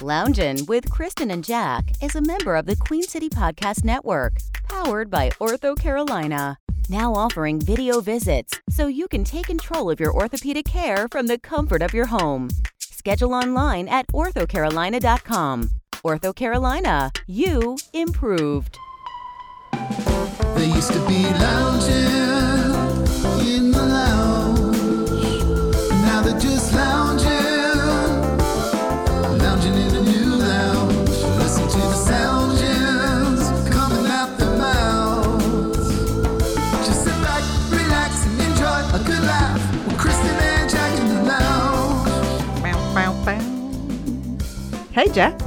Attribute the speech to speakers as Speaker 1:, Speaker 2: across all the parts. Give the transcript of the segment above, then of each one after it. Speaker 1: Loungin' with Kristen and Jack is a member of the Queen City Podcast Network, powered by Ortho Carolina. Now offering video visits so you can take control of your orthopedic care from the comfort of your home. Schedule online at orthocarolina.com. Ortho Carolina, you improved.
Speaker 2: They used to be lounging in the lounge. Now they're just lounging, lounging in a new lounge. Listen to the sound jams coming out their mouths. Just sit back, relax, and enjoy a good laugh with Kristen and Jack in the lounge.
Speaker 3: Hey, Jack.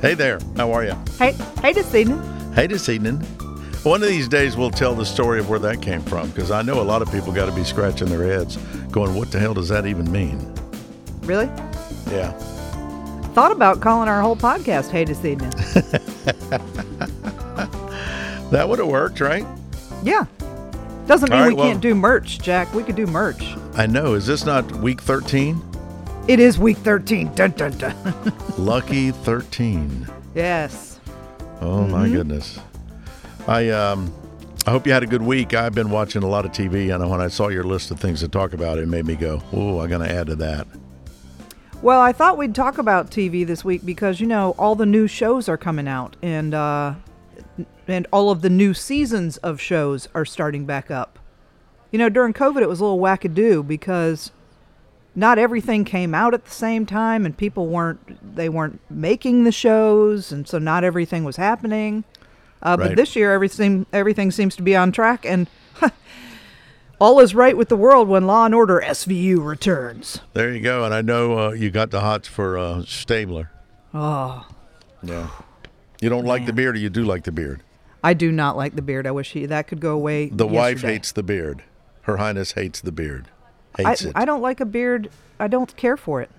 Speaker 4: Hey there, how are you?
Speaker 3: Hey, hey, this evening.
Speaker 4: Hey this evening. One of these days we'll tell the story of where that came from because I know a lot of people got to be scratching their heads going, what the hell does that even mean?
Speaker 3: Really?
Speaker 4: Yeah.
Speaker 3: Thought about calling our whole podcast Hey This Evening.
Speaker 4: That would have worked, right?
Speaker 3: yeah. Doesn't mean
Speaker 4: All right,
Speaker 3: we
Speaker 4: well-
Speaker 3: can't do merch, Jack. We could do merch.
Speaker 4: I know. Is this not week 13?
Speaker 3: It is week 13. Dun, dun, dun.
Speaker 4: Lucky 13.
Speaker 3: yes.
Speaker 4: Oh my goodness. I um I hope you had a good week. I've been watching a lot of TV and when I saw your list of things to talk about, it made me go, "Oh, I'm going to add to that."
Speaker 3: Well, I thought we'd talk about TV this week because, you know, all the new shows are coming out and, uh, and all of the new seasons of shows are starting back up. You know, during COVID, it was a little wackadoo because not everything came out at the same time and people weren't they weren't making the shows and so not everything was happening uh, but
Speaker 4: Right.
Speaker 3: this year everything everything seems to be on track and all is right with the world when law and order svu returns
Speaker 4: There you go. And I know uh, you got the hots for uh, Stabler.
Speaker 3: oh
Speaker 4: Yeah. You don't like the beard or you do like the beard?
Speaker 3: i do not like the beard i wish he, that could go away
Speaker 4: The wife
Speaker 3: yesterday.
Speaker 4: hates the beard. Her Highness hates the beard.
Speaker 3: I,
Speaker 4: Hates it.
Speaker 3: I don't like a beard i don't care for it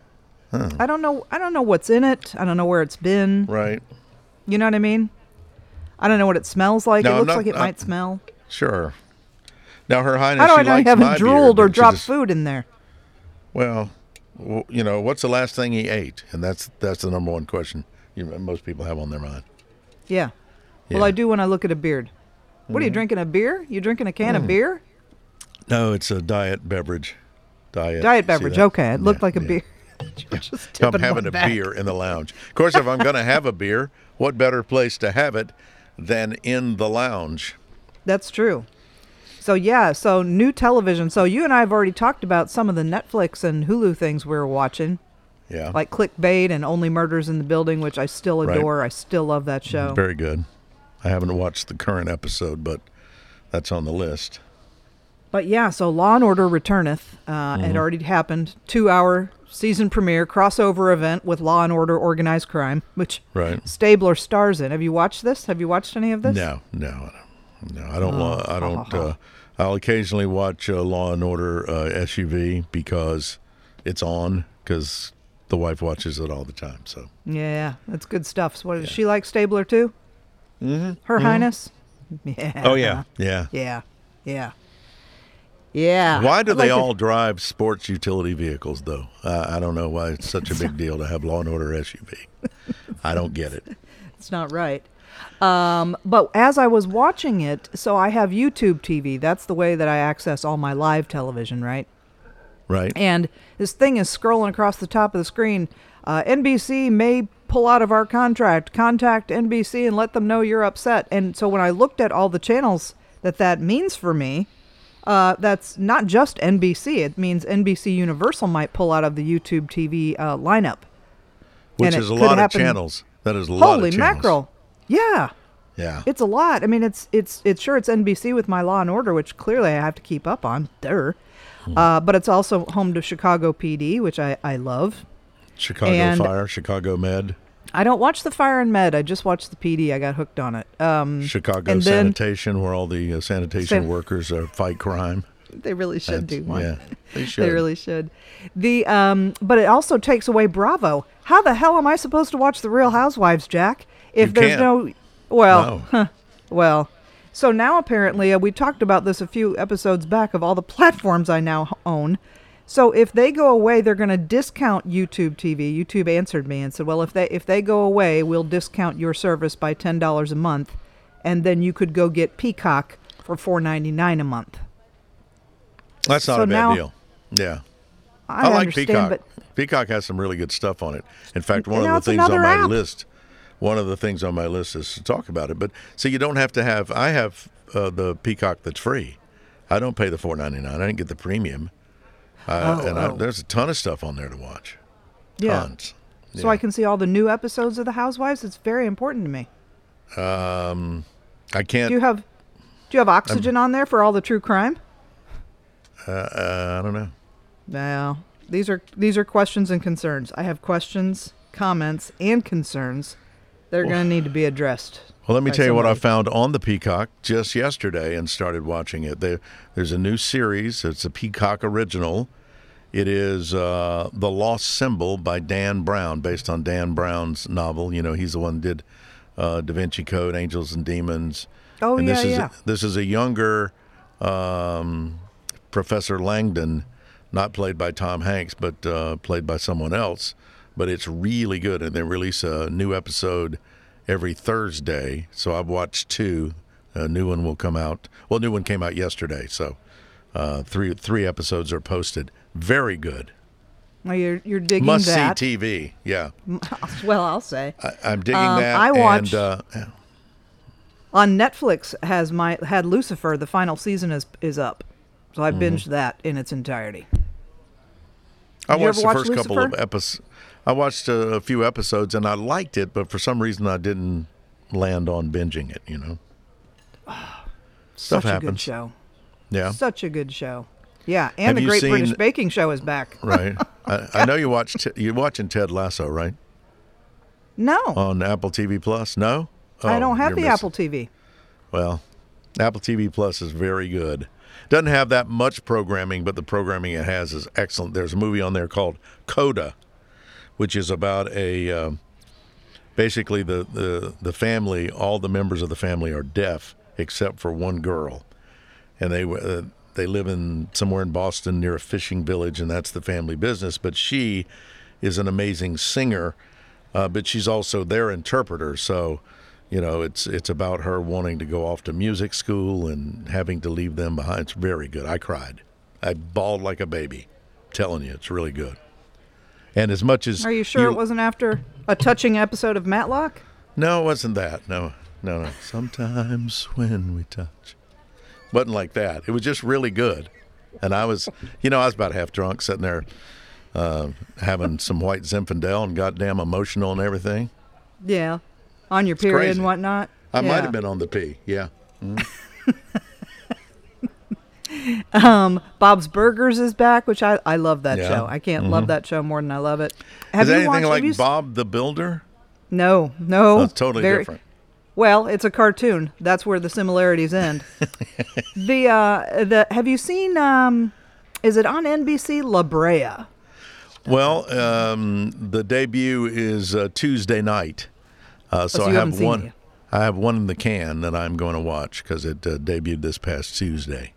Speaker 3: i don't know i don't know what's in it i don't know where it's been
Speaker 4: right.
Speaker 3: you know what i mean i don't know what it smells like
Speaker 4: No,
Speaker 3: it
Speaker 4: I'm
Speaker 3: looks
Speaker 4: not-
Speaker 3: like it
Speaker 4: I'm-
Speaker 3: might smell
Speaker 4: Sure. Now her Highness.
Speaker 3: I
Speaker 4: she
Speaker 3: don't know. I
Speaker 4: likes my
Speaker 3: haven't
Speaker 4: beard,
Speaker 3: drooled or
Speaker 4: but she
Speaker 3: dropped
Speaker 4: just-
Speaker 3: food in there.
Speaker 4: Well, w- you know what's the last thing he ate, and that's that's the number one question you, most people have on their mind.
Speaker 3: Yeah.
Speaker 4: Yeah. Mm.
Speaker 3: Well, I do when I look at a beard. What are you drinking? A beer? You drinking a can of beer?
Speaker 4: No, it's a diet beverage. Diet.
Speaker 3: Diet
Speaker 4: see
Speaker 3: beverage.
Speaker 4: that?
Speaker 3: Okay. It looked
Speaker 4: Yeah,
Speaker 3: like a
Speaker 4: yeah.
Speaker 3: beer. Just
Speaker 4: I'm
Speaker 3: tipping
Speaker 4: having
Speaker 3: one
Speaker 4: a
Speaker 3: back.
Speaker 4: beer in the lounge. Of course, if I'm going to have a beer, what better place to have it than in the lounge?
Speaker 3: That's true. So yeah, so new television. So you and I have already talked about some of the Netflix and Hulu things we were watching,
Speaker 4: Yeah.
Speaker 3: like Clickbait and Only Murders in the Building, which I still
Speaker 4: Right.
Speaker 3: adore. I still love that show.
Speaker 4: Very good. I haven't watched the current episode, but that's on the list.
Speaker 3: But yeah, so Law and Order returneth. Uh,
Speaker 4: Mm-hmm.
Speaker 3: It already happened. Two hour season premiere crossover event with Law and Order Organized Crime, which
Speaker 4: Right.
Speaker 3: Stabler stars in. Have you watched this? Have you watched any of this? Oh,
Speaker 4: No, no, no. I don't. wa- I don't. Uh, I'll occasionally watch uh, Law and Order uh, SUV because it's on because the wife watches it all the time. So
Speaker 3: Yeah, that's good stuff. So what does she like Stabler too? Mm-hmm. Her Highness. Oh, Yeah.
Speaker 4: Oh, yeah.
Speaker 3: Yeah. Yeah. Yeah.
Speaker 4: Why do
Speaker 3: I'd
Speaker 4: they
Speaker 3: like to-
Speaker 4: all drive sports utility vehicles though? I I don't know why it's such a big deal to have Law and Order SUV. I don't get it.
Speaker 3: It's not right. Um, but as I was watching it, so I have YouTube TV. That's the way that I access all my live television, right?
Speaker 4: Right.
Speaker 3: And this thing is scrolling across the top of the screen. Uh, NBC may pull out of our contract. Contact NBC and let them know you're upset. And so when I looked at all the channels that that means for me, uh, that's not just NBC. It means NBC Universal might pull out of the YouTube TV uh, lineup.
Speaker 4: Which
Speaker 3: and it
Speaker 4: is a
Speaker 3: could
Speaker 4: lot of
Speaker 3: happen-
Speaker 4: channels. That is a lot
Speaker 3: Holy
Speaker 4: of channels.
Speaker 3: mackerel! Yeah,
Speaker 4: Yeah.
Speaker 3: it's a lot. I mean, it's it's it's sure it's NBC with My Law and Order, which clearly I have to keep up on. There,
Speaker 4: Hmm.
Speaker 3: uh, but it's also home to Chicago PD, which I I love.
Speaker 4: Chicago
Speaker 3: and-
Speaker 4: Fire, Chicago Med,
Speaker 3: I don't watch the Fire and Med. I just watched the PD. I got hooked on it. Um,
Speaker 4: Chicago
Speaker 3: and then-
Speaker 4: Sanitation, where all the uh, sanitation
Speaker 3: San-
Speaker 4: workers uh, fight crime.
Speaker 3: they really should
Speaker 4: That's-
Speaker 3: do one.
Speaker 4: yeah, they
Speaker 3: they
Speaker 4: should.
Speaker 3: really should. The um, but it also takes away Bravo. How the hell am I supposed to watch the Real Housewives, Jack? If
Speaker 4: You
Speaker 3: there's
Speaker 4: can't.
Speaker 3: no, well,
Speaker 4: No.
Speaker 3: Oh, huh, well. So now apparently uh, we talked about this a few episodes back of all the platforms I now h- own. So if they go away, they're going to discount YouTube TV. YouTube answered me and said, "Well, if they if they go away, we'll discount your service by ten dollars a month, and then you could go get Peacock for four ninety nine a month."
Speaker 4: That's not
Speaker 3: So
Speaker 4: a bad
Speaker 3: now-
Speaker 4: deal. Yeah.
Speaker 3: I,
Speaker 4: like
Speaker 3: understand,
Speaker 4: Peacock.
Speaker 3: but
Speaker 4: Peacock has some really good stuff on it. In fact, one
Speaker 3: now
Speaker 4: of
Speaker 3: it's
Speaker 4: the things on
Speaker 3: another
Speaker 4: my
Speaker 3: app.
Speaker 4: list, one of the things on my list is to talk about it. But see, you don't have to have. I have uh, the Peacock that's free. I don't pay the four ninety nine. I didn't get the premium. Uh,
Speaker 3: Oh,
Speaker 4: and I,
Speaker 3: oh.
Speaker 4: there's a ton of stuff on there to watch.
Speaker 3: yeah,
Speaker 4: Tons.
Speaker 3: so I can see all the new episodes of The Housewives. It's very important to me.
Speaker 4: I can't.
Speaker 3: Do you have do you have oxygen on there for all the true crime?
Speaker 4: uh, uh, I don't know.
Speaker 3: No. These are these are questions and concerns. I have questions, comments, and concerns that are going to need to be addressed.
Speaker 4: Well, let me
Speaker 3: by
Speaker 4: tell you what I
Speaker 3: somebody.
Speaker 4: found on the Peacock just yesterday and started watching it. There, there's a new series. It's a Peacock original. It is uh, The Lost Symbol by Dan Brown, based on Dan Brown's novel. You know, he's the one that did uh, Da Vinci Code, Angels and Demons.
Speaker 3: Oh,
Speaker 4: and this
Speaker 3: yeah,
Speaker 4: is
Speaker 3: yeah.
Speaker 4: this is a younger um, Professor Langdon, not played by Tom Hanks, but uh, played by someone else. But it's really good, and they release a new episode every Thursday. So I've watched two. A new one will come out. Well, a new one came out yesterday, so uh, three three episodes are posted. Very good.
Speaker 3: Well, you're you're digging
Speaker 4: Must
Speaker 3: that.
Speaker 4: see TV. Yeah,
Speaker 3: well, I'll say.
Speaker 4: I, I'm digging
Speaker 3: Um,
Speaker 4: that.
Speaker 3: I watched-
Speaker 4: And, uh,
Speaker 3: On Netflix has my had Lucifer, the final season is is up. So
Speaker 4: Mm-hmm.
Speaker 3: I binged that in its entirety.
Speaker 4: I
Speaker 3: Did you ever
Speaker 4: watched the
Speaker 3: watch
Speaker 4: first couple of
Speaker 3: Lucifer?
Speaker 4: episodes. I watched a, a few episodes and I liked it, but for some reason I didn't land on binging it. You know, stuff
Speaker 3: Such a good
Speaker 4: happens.
Speaker 3: show.
Speaker 4: yeah,
Speaker 3: Such a good show. Yeah, and
Speaker 4: Have
Speaker 3: the
Speaker 4: you
Speaker 3: Great British
Speaker 4: seen-
Speaker 3: Baking Show is back.
Speaker 4: right. I, I know you watched. You're watching Ted Lasso, right?
Speaker 3: No,
Speaker 4: On Apple TV Plus? No,
Speaker 3: I
Speaker 4: Oh,
Speaker 3: don't have
Speaker 4: you're
Speaker 3: the
Speaker 4: missing-
Speaker 3: Apple TV.
Speaker 4: Well, Apple TV Plus is very good. Doesn't have that much programming, but the programming it has is excellent. There's a movie on there called Coda, which is about a um, basically the, the the family. All the members of the family are deaf except for one girl, and they uh, they live in somewhere in Boston near a fishing village, and that's the family business. But she is an amazing singer, uh, but she's also their interpreter. So, you know, it's it's about her wanting to go off to music school and having to leave them behind. It's very good. I cried, I bawled like a baby. telling you, it's really good. And as much as
Speaker 3: Are you sure it wasn't after a touching episode of Matlock?
Speaker 4: no, it wasn't that. No, no, no. Sometimes when we touch, wasn't like that. It was just really good, and I was, you know, I was about half drunk, sitting there uh, having some white Zinfandel and goddamn emotional and everything.
Speaker 3: Yeah, on your period
Speaker 4: crazy.
Speaker 3: and whatnot.
Speaker 4: I
Speaker 3: Yeah.
Speaker 4: might have been on the pee. Yeah.
Speaker 3: Bob's Burgers is back, which I, I love that
Speaker 4: Yeah. Mm-hmm.
Speaker 3: show. I can't love that show more than I love it. Have
Speaker 4: Is that anything
Speaker 3: have
Speaker 4: like
Speaker 3: you s-
Speaker 4: Bob the Builder?
Speaker 3: No, no.
Speaker 4: Oh, it's totally
Speaker 3: very-
Speaker 4: different.
Speaker 3: Well, it's a cartoon. That's where the similarities end. the uh, the have you seen? Um, is it on NBC? La Brea.
Speaker 4: Well, um, the debut is uh, Tuesday night, uh, so,
Speaker 3: Oh, so
Speaker 4: I
Speaker 3: you haven't
Speaker 4: have
Speaker 3: seen
Speaker 4: one.
Speaker 3: it yet.
Speaker 4: I have one in the can that I'm going to watch because it uh, debuted this past Tuesday,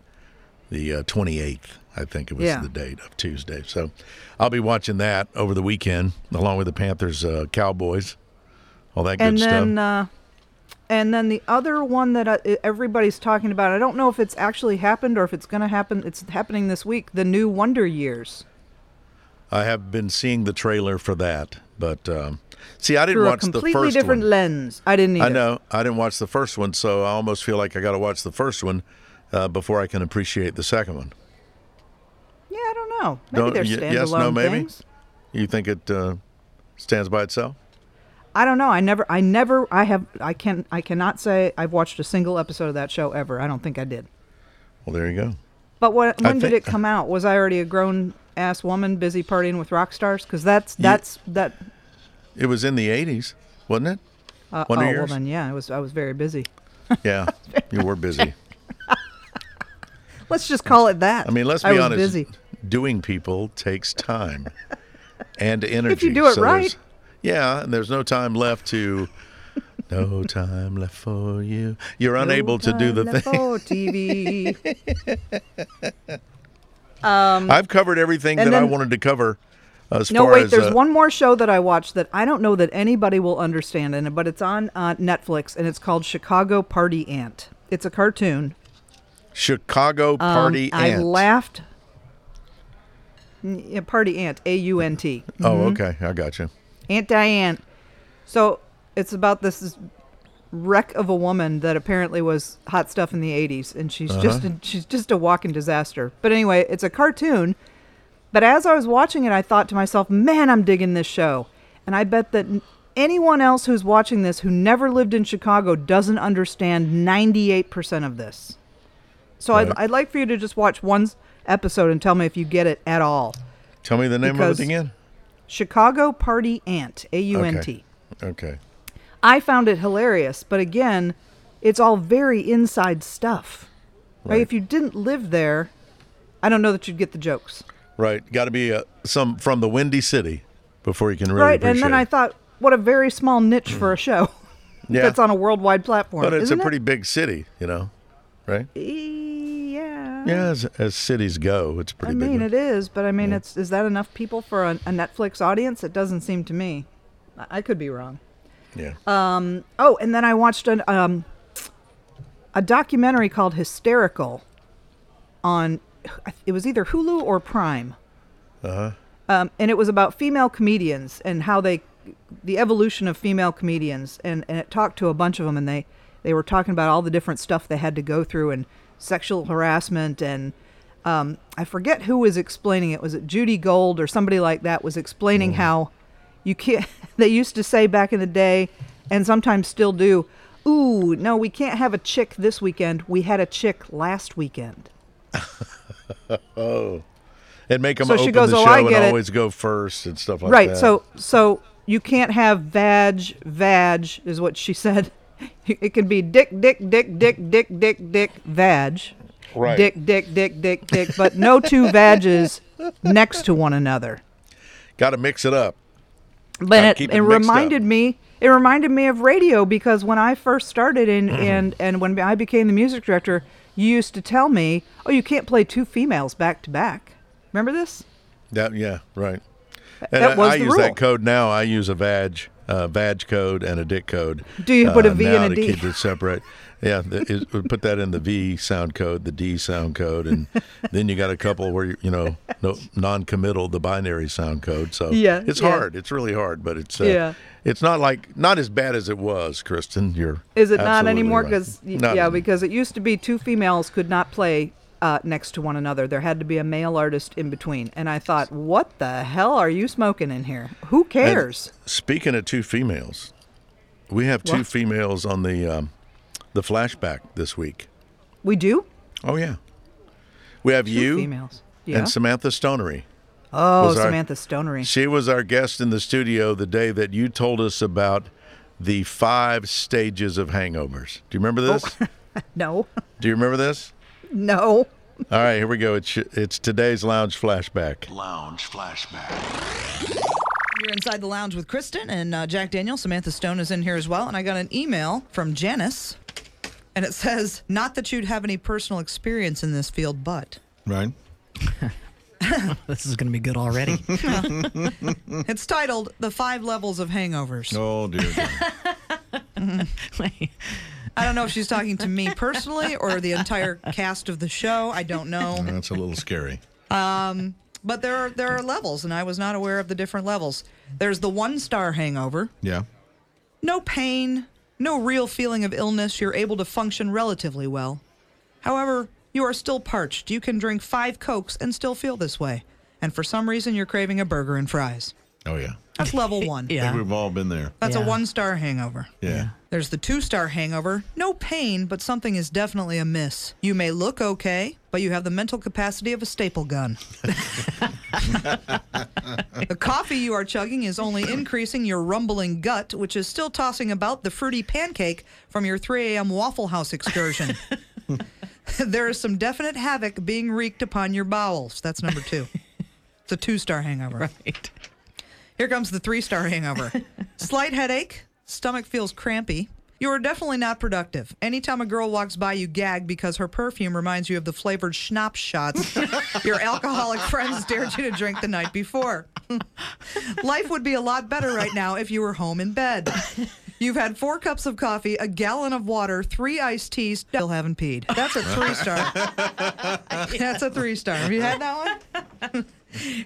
Speaker 4: the uh, 28th. I think it was
Speaker 3: Yeah.
Speaker 4: the date of Tuesday. So I'll be watching that over the weekend, along with the Panthers, uh, Cowboys, all that good
Speaker 3: and
Speaker 4: stuff.
Speaker 3: then uh, and then the other one that I, e, everybody's talking about. I don't know if it's actually happened or if it's going to happen. It's happening this week. The new Wonder Years. uh,
Speaker 4: I have been seeing the trailer for that, but um, see, I didn't
Speaker 3: Through a
Speaker 4: watch the
Speaker 3: completely
Speaker 4: first
Speaker 3: different
Speaker 4: one.
Speaker 3: lens. I didn't either.
Speaker 4: I know. I didn't watch the first one, so I almost feel like I got to watch the first one uh, before I can appreciate the second one.
Speaker 3: Yeah, I don't know. Maybe
Speaker 4: Don't-
Speaker 3: they're standalone
Speaker 4: y- yes, no, maybe?
Speaker 3: things.
Speaker 4: You think it uh, stands by itself?
Speaker 3: I don't know. I never, I never, I have, I can, I cannot say I've watched a single episode of that show ever. I don't think I did.
Speaker 4: Well, there you go.
Speaker 3: But what,
Speaker 4: I
Speaker 3: when did it
Speaker 4: think-
Speaker 3: come out? Was I already a grown ass woman busy partying with rock stars? Because that's that's that.
Speaker 4: It was in the '80s, wasn't it?
Speaker 3: Uh,
Speaker 4: Wonder
Speaker 3: oh well,
Speaker 4: Years?
Speaker 3: then yeah, I was I was very busy.
Speaker 4: Yeah, you were busy.
Speaker 3: Let's just call it that.
Speaker 4: I mean, let's be
Speaker 3: was
Speaker 4: honest.
Speaker 3: Busy.
Speaker 4: Doing people takes time and energy.
Speaker 3: do it
Speaker 4: so there's-
Speaker 3: right.
Speaker 4: Yeah, and there's no time left to. No time left for you. You're unable to do the thing.
Speaker 3: TV.
Speaker 4: I've covered everything that
Speaker 3: and
Speaker 4: I
Speaker 3: then-
Speaker 4: wanted to cover. As
Speaker 3: No,
Speaker 4: far
Speaker 3: wait.
Speaker 4: as,
Speaker 3: There's
Speaker 4: uh,
Speaker 3: one more show that I watched that I don't know that anybody will understand, and but it's on uh, Netflix, and it's called Chicago Party Ant. It's a cartoon.
Speaker 4: Chicago
Speaker 3: Um,
Speaker 4: party.
Speaker 3: I
Speaker 4: ant.
Speaker 3: laughed. N- yeah, Party Ant, A U N T.
Speaker 4: Oh, okay, I got you.
Speaker 3: Aunt Diane. So it's about this this wreck of a woman that apparently was hot stuff in the 80s and
Speaker 4: Uh-huh.
Speaker 3: she's just a, she's just a walking disaster. But anyway, it's a cartoon. But as I was watching it, I thought to myself, "Man, I'm digging this show." And I bet that n- anyone else who's watching this who never lived in Chicago doesn't understand 98% of this. So
Speaker 4: Right.
Speaker 3: I'd, I'd like for you to just watch one s- episode and tell me if you get it at all.
Speaker 4: Tell me the name
Speaker 3: Because-
Speaker 4: of it again.
Speaker 3: Chicago Party Ant, A U N T.
Speaker 4: Okay. Okay.
Speaker 3: I found it hilarious, but again, it's all very inside stuff. Right?
Speaker 4: Right.
Speaker 3: If you didn't live there, I don't know that you'd get the jokes.
Speaker 4: Right. Got to be uh, some from the Windy City before you can really
Speaker 3: right. And
Speaker 4: appreciate
Speaker 3: then I
Speaker 4: it.
Speaker 3: thought, what a very small niche for a show
Speaker 4: yeah.
Speaker 3: that's on a worldwide platform.
Speaker 4: but it's
Speaker 3: isn't
Speaker 4: a pretty
Speaker 3: It?
Speaker 4: big city, you know, right?
Speaker 3: E- Yeah.
Speaker 4: Yeah, as, as cities go, it's a
Speaker 3: I
Speaker 4: pretty big.
Speaker 3: mean,
Speaker 4: one.
Speaker 3: it is, but I mean, it's is that enough people for a, a Netflix audience? It doesn't seem to me. I, I could be wrong.
Speaker 4: yeah.
Speaker 3: Oh, and then I watched an, um, a documentary called Hysterical on, it was either Hulu or Prime. Uh-huh. Um, and it was about female comedians and how they, the evolution of female comedians. And, and it talked to a bunch of them, and they, they were talking about all the different stuff they had to go through and sexual harassment. And um, I forget who was explaining it. Was it Judy Gold or somebody like that was explaining how you can't they used to say back in the day and sometimes still do ooh no we can't have a chick this weekend we had a chick last weekend
Speaker 4: and make them
Speaker 3: so she
Speaker 4: open
Speaker 3: goes,
Speaker 4: the
Speaker 3: "Oh,
Speaker 4: show
Speaker 3: I
Speaker 4: and
Speaker 3: get it."
Speaker 4: always go first and stuff like
Speaker 3: right
Speaker 4: that.
Speaker 3: so so you can't have vag vag is what she said it can be dick dick dick dick dick dick dick vag
Speaker 4: Right.
Speaker 3: dick dick dick dick dick but no two vages next to one another
Speaker 4: got to mix it up.
Speaker 3: but
Speaker 4: Gotta
Speaker 3: it,
Speaker 4: keep
Speaker 3: it,
Speaker 4: it mixed up.
Speaker 3: reminded me it reminded me of radio because when i first started and
Speaker 4: Mm-hmm.
Speaker 3: and and when i became the music director you used to tell me oh you can't play two females back to back remember this
Speaker 4: That yeah, right. And
Speaker 3: that
Speaker 4: I,
Speaker 3: was
Speaker 4: I
Speaker 3: the
Speaker 4: use
Speaker 3: rule.
Speaker 4: that code now. I use a vag, uh, vag code and a dick code.
Speaker 3: Do you put a V
Speaker 4: uh,
Speaker 3: and
Speaker 4: now
Speaker 3: a
Speaker 4: to
Speaker 3: D?
Speaker 4: keep it separate? Yeah, the, it, we put that in the V sound code, the D sound code, and then you got a couple where you, you know no, non-committal, the binary sound code. So
Speaker 3: Yeah,
Speaker 4: it's
Speaker 3: yeah.
Speaker 4: hard. It's really hard, but it's uh,
Speaker 3: Yeah.
Speaker 4: It's not like not as bad as it was, Kristen. You're
Speaker 3: is it not
Speaker 4: absolutely
Speaker 3: anymore
Speaker 4: right.
Speaker 3: because
Speaker 4: Not
Speaker 3: yeah
Speaker 4: anymore.
Speaker 3: because it used to be two females could not play uh, next to one another there had to be a male artist in between and i thought what the hell are you smoking in here who
Speaker 4: And
Speaker 3: cares
Speaker 4: speaking of two females, we have two
Speaker 3: What?
Speaker 4: females on the um, the flashback this week.
Speaker 3: we do
Speaker 4: Oh yeah, we have
Speaker 3: Two
Speaker 4: you
Speaker 3: females yeah
Speaker 4: and Samantha Stonery.
Speaker 3: oh
Speaker 4: was our-
Speaker 3: samantha stonery
Speaker 4: She was our guest in the studio the day that you told us about the five stages of hangovers. Do you remember this?
Speaker 3: Oh. no
Speaker 4: Do you remember this?
Speaker 3: no
Speaker 4: All right, here we go. It's it's today's lounge flashback.
Speaker 2: Lounge flashback.
Speaker 3: You're inside the lounge with Kristen and uh, Jack Daniel. Samantha Stone is in here as well. And I got an email from Janice, and it says, "Not that you'd have any personal experience in this field, but."
Speaker 5: Right.
Speaker 6: This is going to be good already.
Speaker 3: It's titled "The Five Levels of Hangovers."
Speaker 5: Oh dear. God.
Speaker 3: I don't know if she's talking to me personally or the entire cast of the show. I don't know,
Speaker 5: That's a little scary.
Speaker 3: but there are there are levels, and I was not aware of the different levels. There's the one star hangover,
Speaker 5: Yeah.
Speaker 3: No pain, no real feeling of illness. You're able to function relatively well. However, you are still parched. You can drink five Cokes and still feel this way. And for some reason, you're craving a burger and fries.
Speaker 5: Oh yeah.
Speaker 3: That's level one.
Speaker 5: I think
Speaker 6: yeah.
Speaker 5: we've all been there.
Speaker 3: That's a
Speaker 6: Yeah.
Speaker 3: one star hangover.
Speaker 5: Yeah.
Speaker 3: There's the two star hangover. No pain, but something is definitely amiss. You may look okay, but you have the mental capacity of a staple gun. the coffee you are chugging is only increasing your rumbling gut, which is still tossing about the fruity pancake from your 3 a.m. Waffle House excursion. there is some definite havoc being wreaked upon your bowels. That's number two. It's a two star hangover.
Speaker 6: Right.
Speaker 3: Here comes the three star hangover. Slight headache, stomach feels crampy. You are definitely not productive. Anytime a girl walks by, you gag because her perfume reminds you of the flavored schnapps shots your alcoholic friends dared you to drink the night before. Life would be a lot better right now if you were home in bed. You've had four cups of coffee, a gallon of water, three iced teas, still haven't peed. That's a three star. That's a three star. Have you had that one?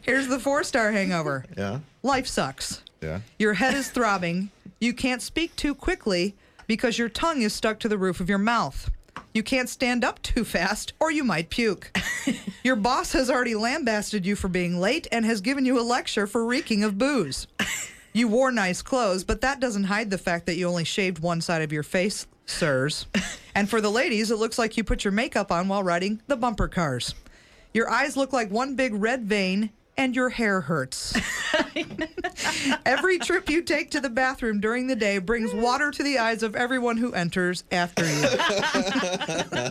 Speaker 3: Here's the four star hangover.
Speaker 7: Yeah.
Speaker 3: Life sucks.
Speaker 7: Yeah.
Speaker 3: Your head is throbbing. You can't speak too quickly because your tongue is stuck to the roof of your mouth. You can't stand up too fast or you might puke. your boss has already lambasted you for being late and has given you a lecture for reeking of booze. You wore nice clothes, but that doesn't hide the fact that you only shaved one side of your face, sirs. and for the ladies, it looks like you put your makeup on while riding the bumper cars. Your eyes look like one big red vein, and your hair hurts. Every trip you take to the bathroom during the day brings water to the eyes of everyone who enters after you.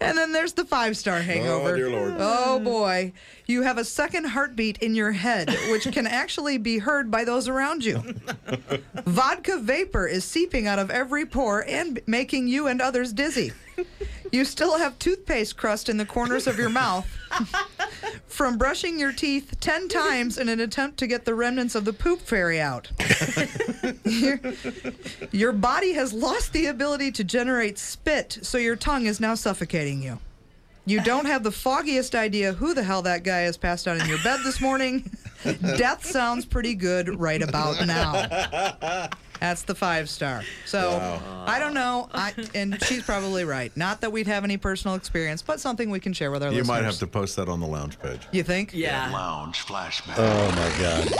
Speaker 3: and then there's the five star hangover.
Speaker 7: Oh, dear Lord.
Speaker 3: Oh, boy. You have a second heartbeat in your head, which can actually be heard by those around you. Vodka vapor is seeping out of every pore and making you and others dizzy. You still have toothpaste crust in the corners of your mouth from brushing your teeth 10 times in an attempt to get the remnants of the poop fairy out. your, your body has lost the ability to generate spit, so your tongue is now suffocating you. You don't have the foggiest idea who the hell that guy is passed out in your bed this morning. Death sounds pretty good right about now. That's the five star. So I don't know. I, and she's probably right. Not that we'd have any personal experience, but something we can share with our
Speaker 7: You
Speaker 3: listeners.
Speaker 7: might have to post that on the lounge page.
Speaker 3: You think?
Speaker 6: Yeah.
Speaker 8: Lounge flashback.
Speaker 4: Oh my God.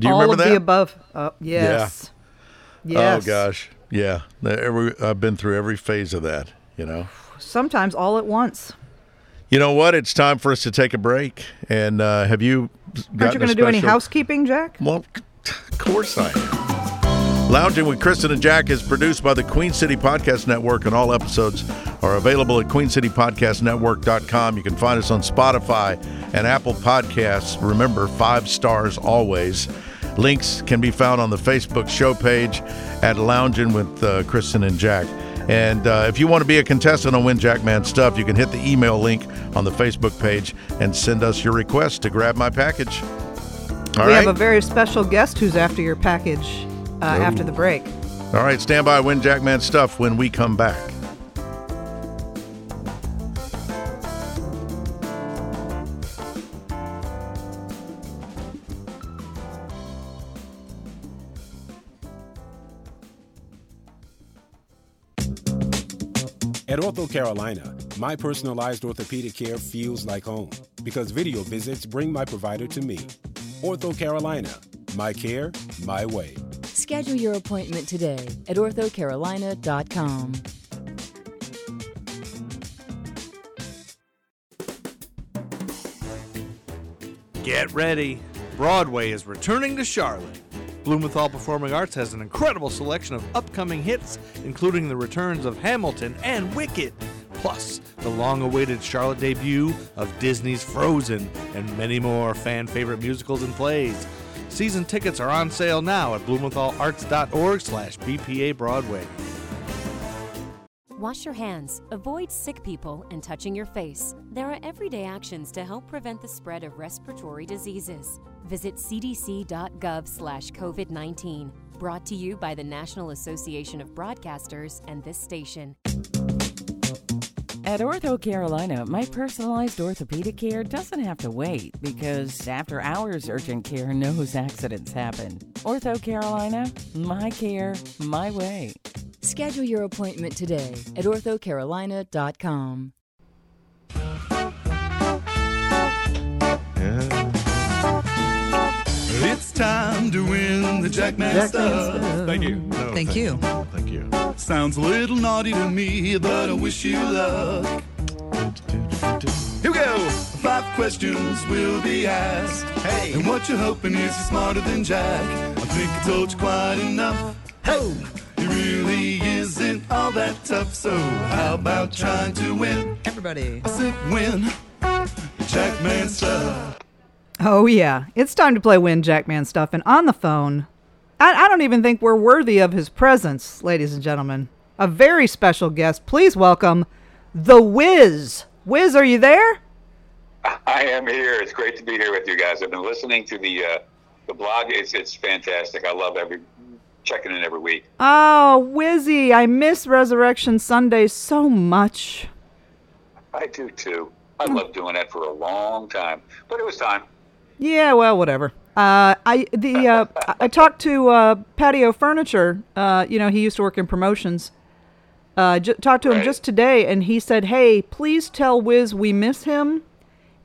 Speaker 4: Do you
Speaker 9: All
Speaker 4: remember
Speaker 9: of
Speaker 4: that?
Speaker 9: the above. Uh, yes. Yes.
Speaker 4: Oh gosh, yeah. The- Every I've been through every phase of that. You know.
Speaker 9: Sometimes all at once.
Speaker 4: You know what? It's time for us to take a break. And uh, have you?
Speaker 9: Aren't you
Speaker 4: going to
Speaker 9: do any housekeeping, Jack?
Speaker 4: Well, of course I am. Lounging with Kristen and Jack is produced by the Queen City Podcast Network, and all episodes are available at queencitypodcastnetwork.com. You can find us on Spotify and Apple Podcasts. Remember, five stars always. Links can be found on the Facebook show page at Lounging with uh, Kristen and Jack. And uh, if you want to be a contestant on Win Jack Man Stuff, you can hit the email link on the Facebook page and send us your request to grab my package. All right.
Speaker 9: we have a very special guest who's after your package uh, after the break.
Speaker 4: All right, stand by. Win Jackman stuff when we come back.
Speaker 10: At Ortho Carolina, my personalized orthopedic care feels like home because video visits bring my provider to me. Ortho Carolina, my care, my way.
Speaker 11: Schedule your appointment today at orthocarolina.com.
Speaker 12: Get ready. Broadway is returning to Charlotte. Blumenthal Performing Arts has an incredible selection of upcoming hits, including the returns of Hamilton and Wicked, plus the long awaited Charlotte debut of Disney's Frozen, and many more fan favorite musicals and plays. Season tickets are on sale now at blumenthalarts.org slash BPA Broadway.
Speaker 1: Wash your hands, avoid sick people, and touching your face. There are everyday actions to help prevent the spread of respiratory diseases. Visit cdc.gov slash COVID-19. Brought to you by the National Association of Broadcasters and this station.
Speaker 13: At Ortho Carolina, my personalized orthopedic care doesn't have to wait because after hours, urgent care knows accidents happen. Ortho Carolina, my care, my way.
Speaker 11: Schedule your appointment today at orthocarolina.com.
Speaker 12: It's time to win the Jackman, stuff. Thank you.
Speaker 7: No,
Speaker 3: Thank you.
Speaker 7: Thank you.
Speaker 12: Sounds a little naughty to me, but I wish you luck. Here we go. Five questions will be asked. Hey. And what you're hoping is you're smarter than Jack. I think I told you quite enough. Ho! It really isn't all that tough, so how about trying to win?
Speaker 3: Everybody.
Speaker 12: I said win. Jackman stuff.
Speaker 9: Oh, yeah. It's time to play Win Jackman stuff. And on the phone,
Speaker 3: I, I don't even think we're worthy of his presence, ladies and gentlemen. A very special guest. Please welcome The Wiz. Wiz, are you there?
Speaker 12: I am here. It's great to be here with you guys. I've been listening to the uh, the blog. It's it's fantastic. I love every checking in every week.
Speaker 3: Oh, Wizzy, I miss Resurrection Sunday so much.
Speaker 12: I do too. I love doing that for a long time, but it was time.
Speaker 3: Yeah, well, whatever. Uh, I the uh, I- I talked to uh, Patio Furniture. Uh, you know, he used to work in promotions. Uh, j- talked to him just today, and he said, "Hey, please tell Wiz we miss him,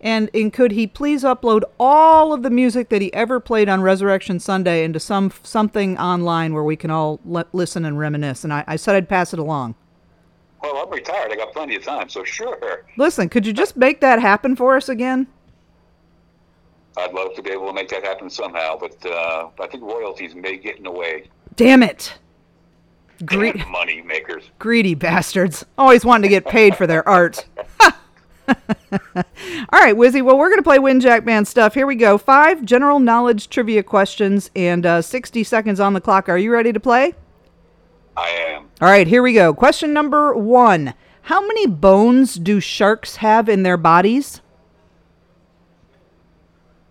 Speaker 3: and and could he please upload all of the music that he ever played on Resurrection Sunday into some something online where we can all le- listen and reminisce?" And I, I said I'd pass it along.
Speaker 12: Well, I'm retired. I got plenty of time, so sure.
Speaker 3: Listen, could you just make that happen for us again?
Speaker 12: I'd love to be able to make that happen somehow, but uh, I think royalties may get in the way.
Speaker 3: Damn it, Great.
Speaker 12: Damn money makers.
Speaker 3: greedy bastards! Always wanting to get paid for their art. All right, Wizzy. Well, we're going to play Win Jack Man stuff. Here we go. Five general knowledge trivia questions and uh, 60 seconds on the clock. Are you ready to play?
Speaker 12: I am.
Speaker 3: All right, here we go. Question number one How many bones do sharks have in their bodies?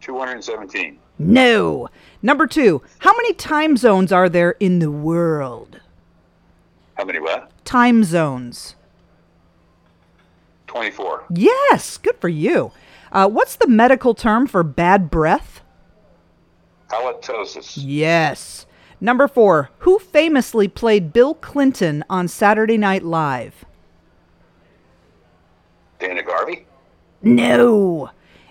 Speaker 12: 217.
Speaker 3: No. Number two How many time zones are there in the world?
Speaker 12: How many what?
Speaker 3: Time zones.
Speaker 12: 24.
Speaker 3: Yes, good for you. Uh, what's the medical term for bad breath?
Speaker 12: Halitosis.
Speaker 3: Yes. Number four, who famously played Bill Clinton on Saturday Night Live?
Speaker 12: Dana Garvey.
Speaker 3: No.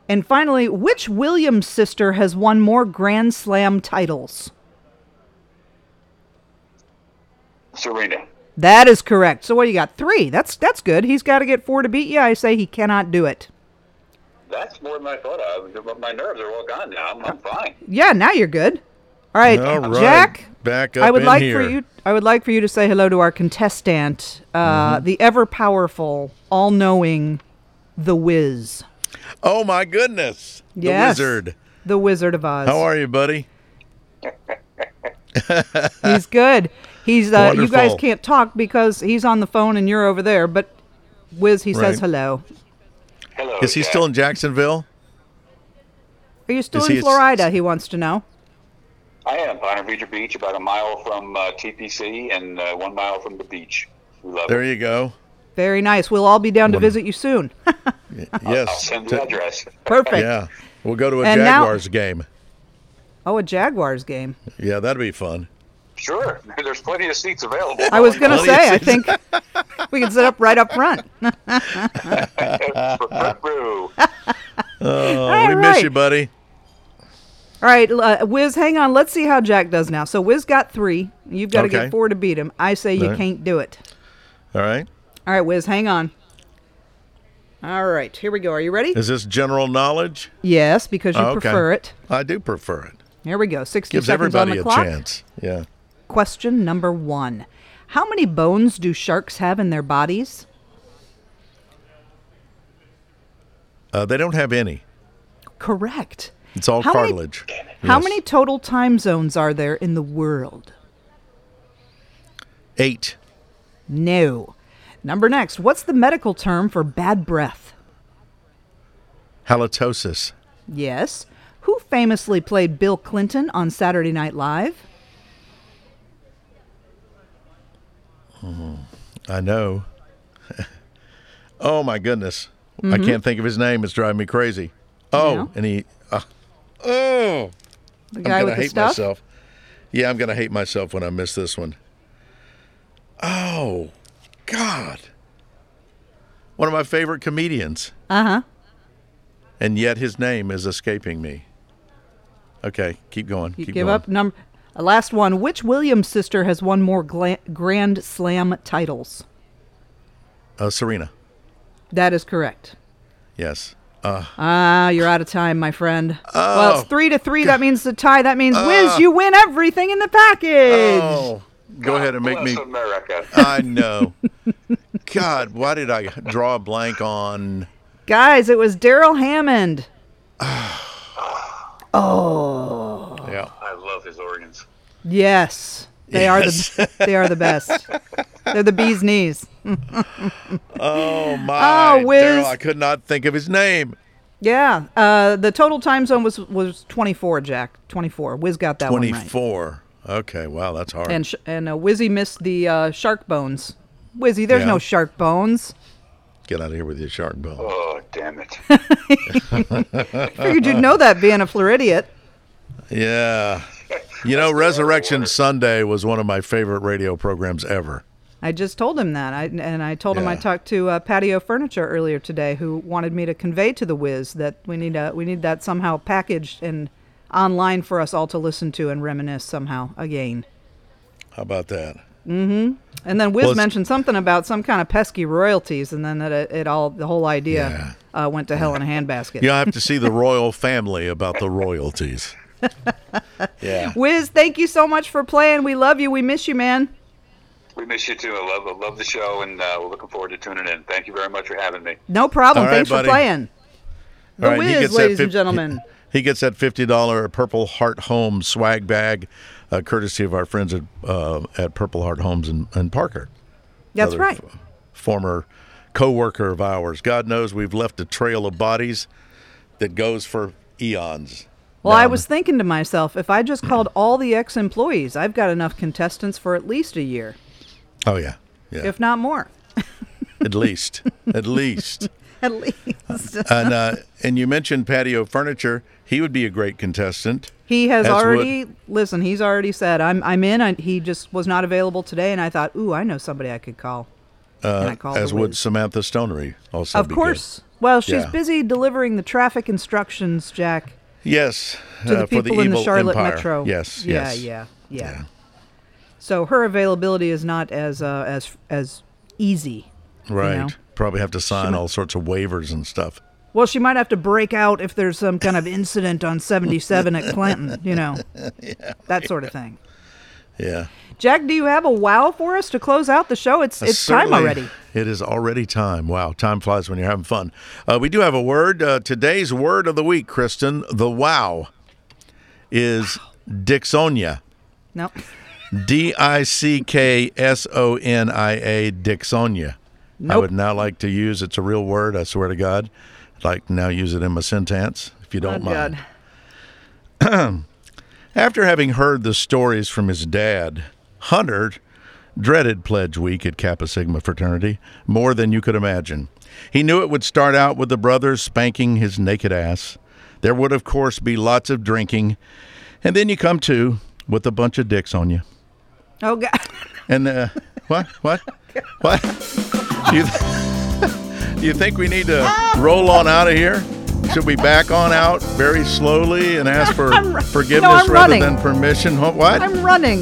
Speaker 3: And finally, which Williams sister has won more Grand Slam titles?
Speaker 12: Serena.
Speaker 3: That is correct. So what do you got? Three. That's that's good. He's got to get four to beat you. I say he cannot do it.
Speaker 12: That's more than I thought of. My nerves are all gone now. I'm, I'm fine.
Speaker 3: Yeah, now you're good. All right,
Speaker 4: All right.
Speaker 3: Jack.
Speaker 4: Back up
Speaker 3: I would
Speaker 4: in
Speaker 3: like
Speaker 4: here.
Speaker 3: for you. I would like for you to say hello to our contestant, uh,
Speaker 4: Mm-hmm.
Speaker 3: the ever powerful, all knowing, the Wiz.
Speaker 4: Oh my goodness.
Speaker 3: Yes.
Speaker 4: The wizard.
Speaker 3: The Wizard of Oz.
Speaker 4: How are you, buddy?
Speaker 3: He's good. He's uh, you guys
Speaker 4: Wonderful.
Speaker 3: can't talk because he's on the phone and you're over there. But Wiz, he says
Speaker 4: Right.
Speaker 3: hello.
Speaker 12: Hello.
Speaker 4: Is he still in Jacksonville?
Speaker 3: Are you still
Speaker 4: Is
Speaker 3: in
Speaker 4: he a-
Speaker 3: Florida? He wants to know.
Speaker 12: I am Bonner Beach Beach, about a mile from uh, TPC and uh, one mile from the beach. We love
Speaker 4: There
Speaker 12: it.
Speaker 4: you go.
Speaker 3: Very nice. We'll all be down to visit you soon.
Speaker 4: Yes.
Speaker 12: Send the address.
Speaker 3: Perfect.
Speaker 4: Yeah. We'll go to a
Speaker 3: And now-
Speaker 4: Jaguars game.
Speaker 3: oh, a Jaguars game.
Speaker 4: Yeah, that'd be fun.
Speaker 12: Sure. There's plenty of seats available.
Speaker 3: I was gonna
Speaker 4: Plenty of
Speaker 3: say. I
Speaker 4: seats.
Speaker 3: think we can sit up right up front.
Speaker 12: Brew.
Speaker 4: Oh,
Speaker 3: All
Speaker 4: we miss
Speaker 3: right.
Speaker 4: you, buddy.
Speaker 3: All right, l- uh, Wiz, hang on. Let's see how Jack does now. So Wiz got three. You've got to
Speaker 4: Okay.
Speaker 3: get four to beat him. I say you
Speaker 4: All right.
Speaker 3: can't do it.
Speaker 4: All right.
Speaker 3: All right, Wiz, hang on. All right, here we go. Are you ready?
Speaker 4: Is this general knowledge?
Speaker 3: yes, because you
Speaker 4: Oh, okay.
Speaker 3: prefer it.
Speaker 4: I do prefer it.
Speaker 3: Here we go. 60
Speaker 4: Gives
Speaker 3: seconds on
Speaker 4: everybody
Speaker 3: the
Speaker 4: a
Speaker 3: clock.
Speaker 4: chance. Yeah.
Speaker 3: Question number one How many bones do sharks have in their bodies?
Speaker 4: Uh, they don't have any.
Speaker 3: Correct.
Speaker 4: It's all
Speaker 3: How many-
Speaker 4: cartilage.
Speaker 3: How
Speaker 4: Yes.
Speaker 3: many total time zones are there in the world?
Speaker 4: Eight.
Speaker 3: No. Number next. What's the medical term for bad breath?
Speaker 4: Halitosis.
Speaker 3: Yes. Who famously played Bill Clinton on Saturday Night Live?
Speaker 4: I know. oh my goodness. I can't think of his name. It's driving me crazy. Oh,
Speaker 3: Mm-hmm. Yeah.
Speaker 4: and he. Uh, oh.
Speaker 3: The
Speaker 4: I'm
Speaker 3: guy
Speaker 4: gonna
Speaker 3: with the
Speaker 4: hate
Speaker 3: stuff?
Speaker 4: myself. Yeah, I'm gonna hate myself when I miss this one. Oh, God. One of my favorite comedians,
Speaker 3: Uh huh.
Speaker 4: and yet his name is escaping me. Okay, keep going.
Speaker 3: You
Speaker 4: keep
Speaker 3: give
Speaker 4: going.
Speaker 3: up. Number uh, last one. Which Williams sister has won more gla- Grand Slam titles?
Speaker 4: Uh, Serena.
Speaker 3: That is correct.
Speaker 4: Yes. Uh,
Speaker 3: Ah, you're out of time, my friend. well,
Speaker 4: Oh. Ah.
Speaker 3: it's three to three. That means the tie. That means Wiz, you win everything in the package.
Speaker 4: oh, go ahead and make
Speaker 12: Bless
Speaker 4: me.
Speaker 12: America.
Speaker 4: I know. God, why did I draw a blank on?
Speaker 3: Guys, it was Daryl Hammond.
Speaker 4: Yeah.
Speaker 12: I love his organs.
Speaker 3: Yes, they are the they are the best. They're the bee's knees.
Speaker 4: Oh my!
Speaker 3: Oh, Wiz.
Speaker 4: Daryl, I could not think of his name.
Speaker 3: yeah, uh, the total time zone was was 24. Jack, 24. Wiz got that one right.
Speaker 4: Twenty-four. Okay, wow, that's hard.
Speaker 3: And sh- and uh, Wizzy missed the uh, shark bones. Wizzy, there's
Speaker 4: Yeah.
Speaker 3: no shark bones.
Speaker 4: Get out of here with your shark bone.
Speaker 12: Oh, damn it.
Speaker 4: Uh,
Speaker 3: Figured you'd know that being a Floridian.
Speaker 4: Yeah. You know, Resurrection Sunday was one of my favorite radio programs ever.
Speaker 3: I just told him that, I, and I told him I
Speaker 4: Yeah.
Speaker 3: talked to uh, Patio Furniture earlier today, who wanted me to convey to the Wiz that we need a, we need that somehow packaged and online for us all to listen to and reminisce somehow again.
Speaker 4: How about that?
Speaker 3: Mm-hmm. And then Wiz
Speaker 4: Well, it's-
Speaker 3: mentioned something about some kind of pesky royalties, and then that it, it all the whole idea uh, went to hell in a handbasket.
Speaker 4: You'll have to see the royal family about the royalties. Yeah.
Speaker 3: Wiz, thank you so much for playing. We love you. We miss you, man.
Speaker 12: We miss you too. I love, I love the show, and uh, we're looking forward to tuning in. Thank you very much for having me.
Speaker 3: No problem.
Speaker 4: All right,
Speaker 3: Thanks
Speaker 4: buddy.
Speaker 3: for playing. The
Speaker 4: All right, he
Speaker 3: Wiz,
Speaker 4: gets that
Speaker 3: ladies and
Speaker 4: fif-
Speaker 3: gentlemen.
Speaker 4: He gets that $50 Purple Heart Home swag bag, uh, courtesy of our friends at, uh, at Purple Heart Homes and, and Parker.
Speaker 3: That's
Speaker 4: Another
Speaker 3: right.
Speaker 4: f- former co worker of ours. God knows we've left a trail of bodies that goes for eons.
Speaker 3: Well, I was thinking to myself, if I just called all the ex employees, I've got enough contestants for at least a year,
Speaker 4: Oh, yeah. Yeah.
Speaker 3: if not more.
Speaker 4: at least. At least.
Speaker 3: At least.
Speaker 4: and uh, and you mentioned patio furniture. He would be a great contestant.
Speaker 3: he has
Speaker 4: as would-
Speaker 3: already, listen, he's already said, I'm, I'm in. I, he just was not available today. And I thought, ooh, I know somebody I could call.
Speaker 4: uh,
Speaker 3: I call
Speaker 4: as
Speaker 3: the
Speaker 4: would
Speaker 3: whiz?
Speaker 4: Samantha Stonery. Also,
Speaker 3: of
Speaker 4: be good.
Speaker 3: course. Well, she's
Speaker 4: Yeah.
Speaker 3: busy delivering the traffic instructions, Jack,
Speaker 4: Yes,
Speaker 3: to the
Speaker 4: uh,
Speaker 3: people
Speaker 4: for the
Speaker 3: in
Speaker 4: evil
Speaker 3: the Charlotte
Speaker 4: empire.
Speaker 3: Metro.
Speaker 4: Yes,
Speaker 3: yeah,
Speaker 4: yes.
Speaker 3: yeah, yeah, So her availability is not as uh, as as easy. you
Speaker 4: Right.
Speaker 3: know?
Speaker 4: Probably have to sign all sorts of waivers and stuff.
Speaker 3: Well, she might have to break out if there's some kind of incident on 77 at Clinton, you know, that sort of thing.
Speaker 4: Yeah.
Speaker 3: Jack, do you have a wow for us to close out the show? It's
Speaker 4: Uh,
Speaker 3: it's time
Speaker 4: certainly,
Speaker 3: already.
Speaker 4: It is already time. Wow, time flies when you're having fun. Uh, we do have a word. Uh, today's word of the week, Kristen, the wow, is Dixonia.
Speaker 3: No.
Speaker 4: D I C K S O N I A Dixonia. I
Speaker 3: Nope.
Speaker 4: would now like to use it's a real word, I swear to God. I'd like to now use it in my sentence, if you don't
Speaker 3: Oh,
Speaker 4: mind.
Speaker 3: God.
Speaker 4: After having heard the stories from his dad, Hunter dreaded Pledge Week at Kappa Sigma fraternity more than you could imagine. He knew it would start out with the brothers spanking his naked ass. There would, of course, be lots of drinking. And then you come to with a bunch of dicks on you.
Speaker 3: Oh God.
Speaker 4: And uh, what? What? What? You, you think we need to roll on out of here? Should we back on out very slowly and ask for
Speaker 3: I'm ru- No,
Speaker 4: forgiveness
Speaker 3: I'm
Speaker 4: rather
Speaker 3: running.
Speaker 4: than permission? Wh- What?
Speaker 3: I'm running.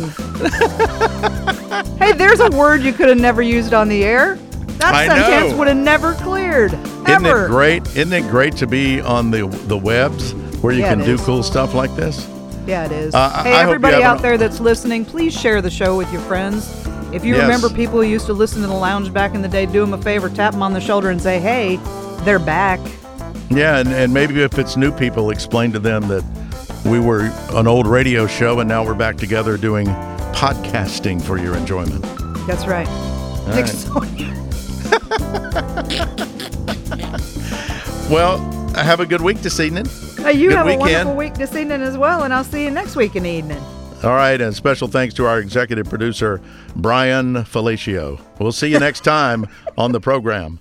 Speaker 3: hey, there's a word you could have never used on the air. That
Speaker 4: I
Speaker 3: sentence
Speaker 4: know.
Speaker 3: would have never cleared.
Speaker 4: Isn't
Speaker 3: ever.
Speaker 4: it great? Isn't it great to be on the the webs where you
Speaker 3: Yeah,
Speaker 4: can
Speaker 3: it
Speaker 4: do
Speaker 3: is.
Speaker 4: cool stuff like this?
Speaker 3: Yeah, it is.
Speaker 4: Uh, I-
Speaker 3: hey,
Speaker 4: I hope you
Speaker 3: everybody
Speaker 4: have
Speaker 3: out
Speaker 4: an-
Speaker 3: there that's listening, please share the show with your friends. If you
Speaker 4: Yes.
Speaker 3: remember people who used to listen to the lounge back in the day, do them a favor, tap them on the shoulder and say, hey, they're back.
Speaker 4: Yeah, and, and maybe if it's new people, explain to them that we were an old radio show and now we're back together doing podcasting for your enjoyment.
Speaker 3: That's right.
Speaker 4: All
Speaker 3: Dick
Speaker 4: right.
Speaker 3: Sonia.
Speaker 4: Well, have a good week this evening.
Speaker 3: Hey, you
Speaker 4: good
Speaker 3: have
Speaker 4: weekend.
Speaker 3: a wonderful week this evening as well, and I'll see you next week in the evening.
Speaker 4: All right, and special thanks to our executive producer, Brian Felicio. We'll see you next time on the program.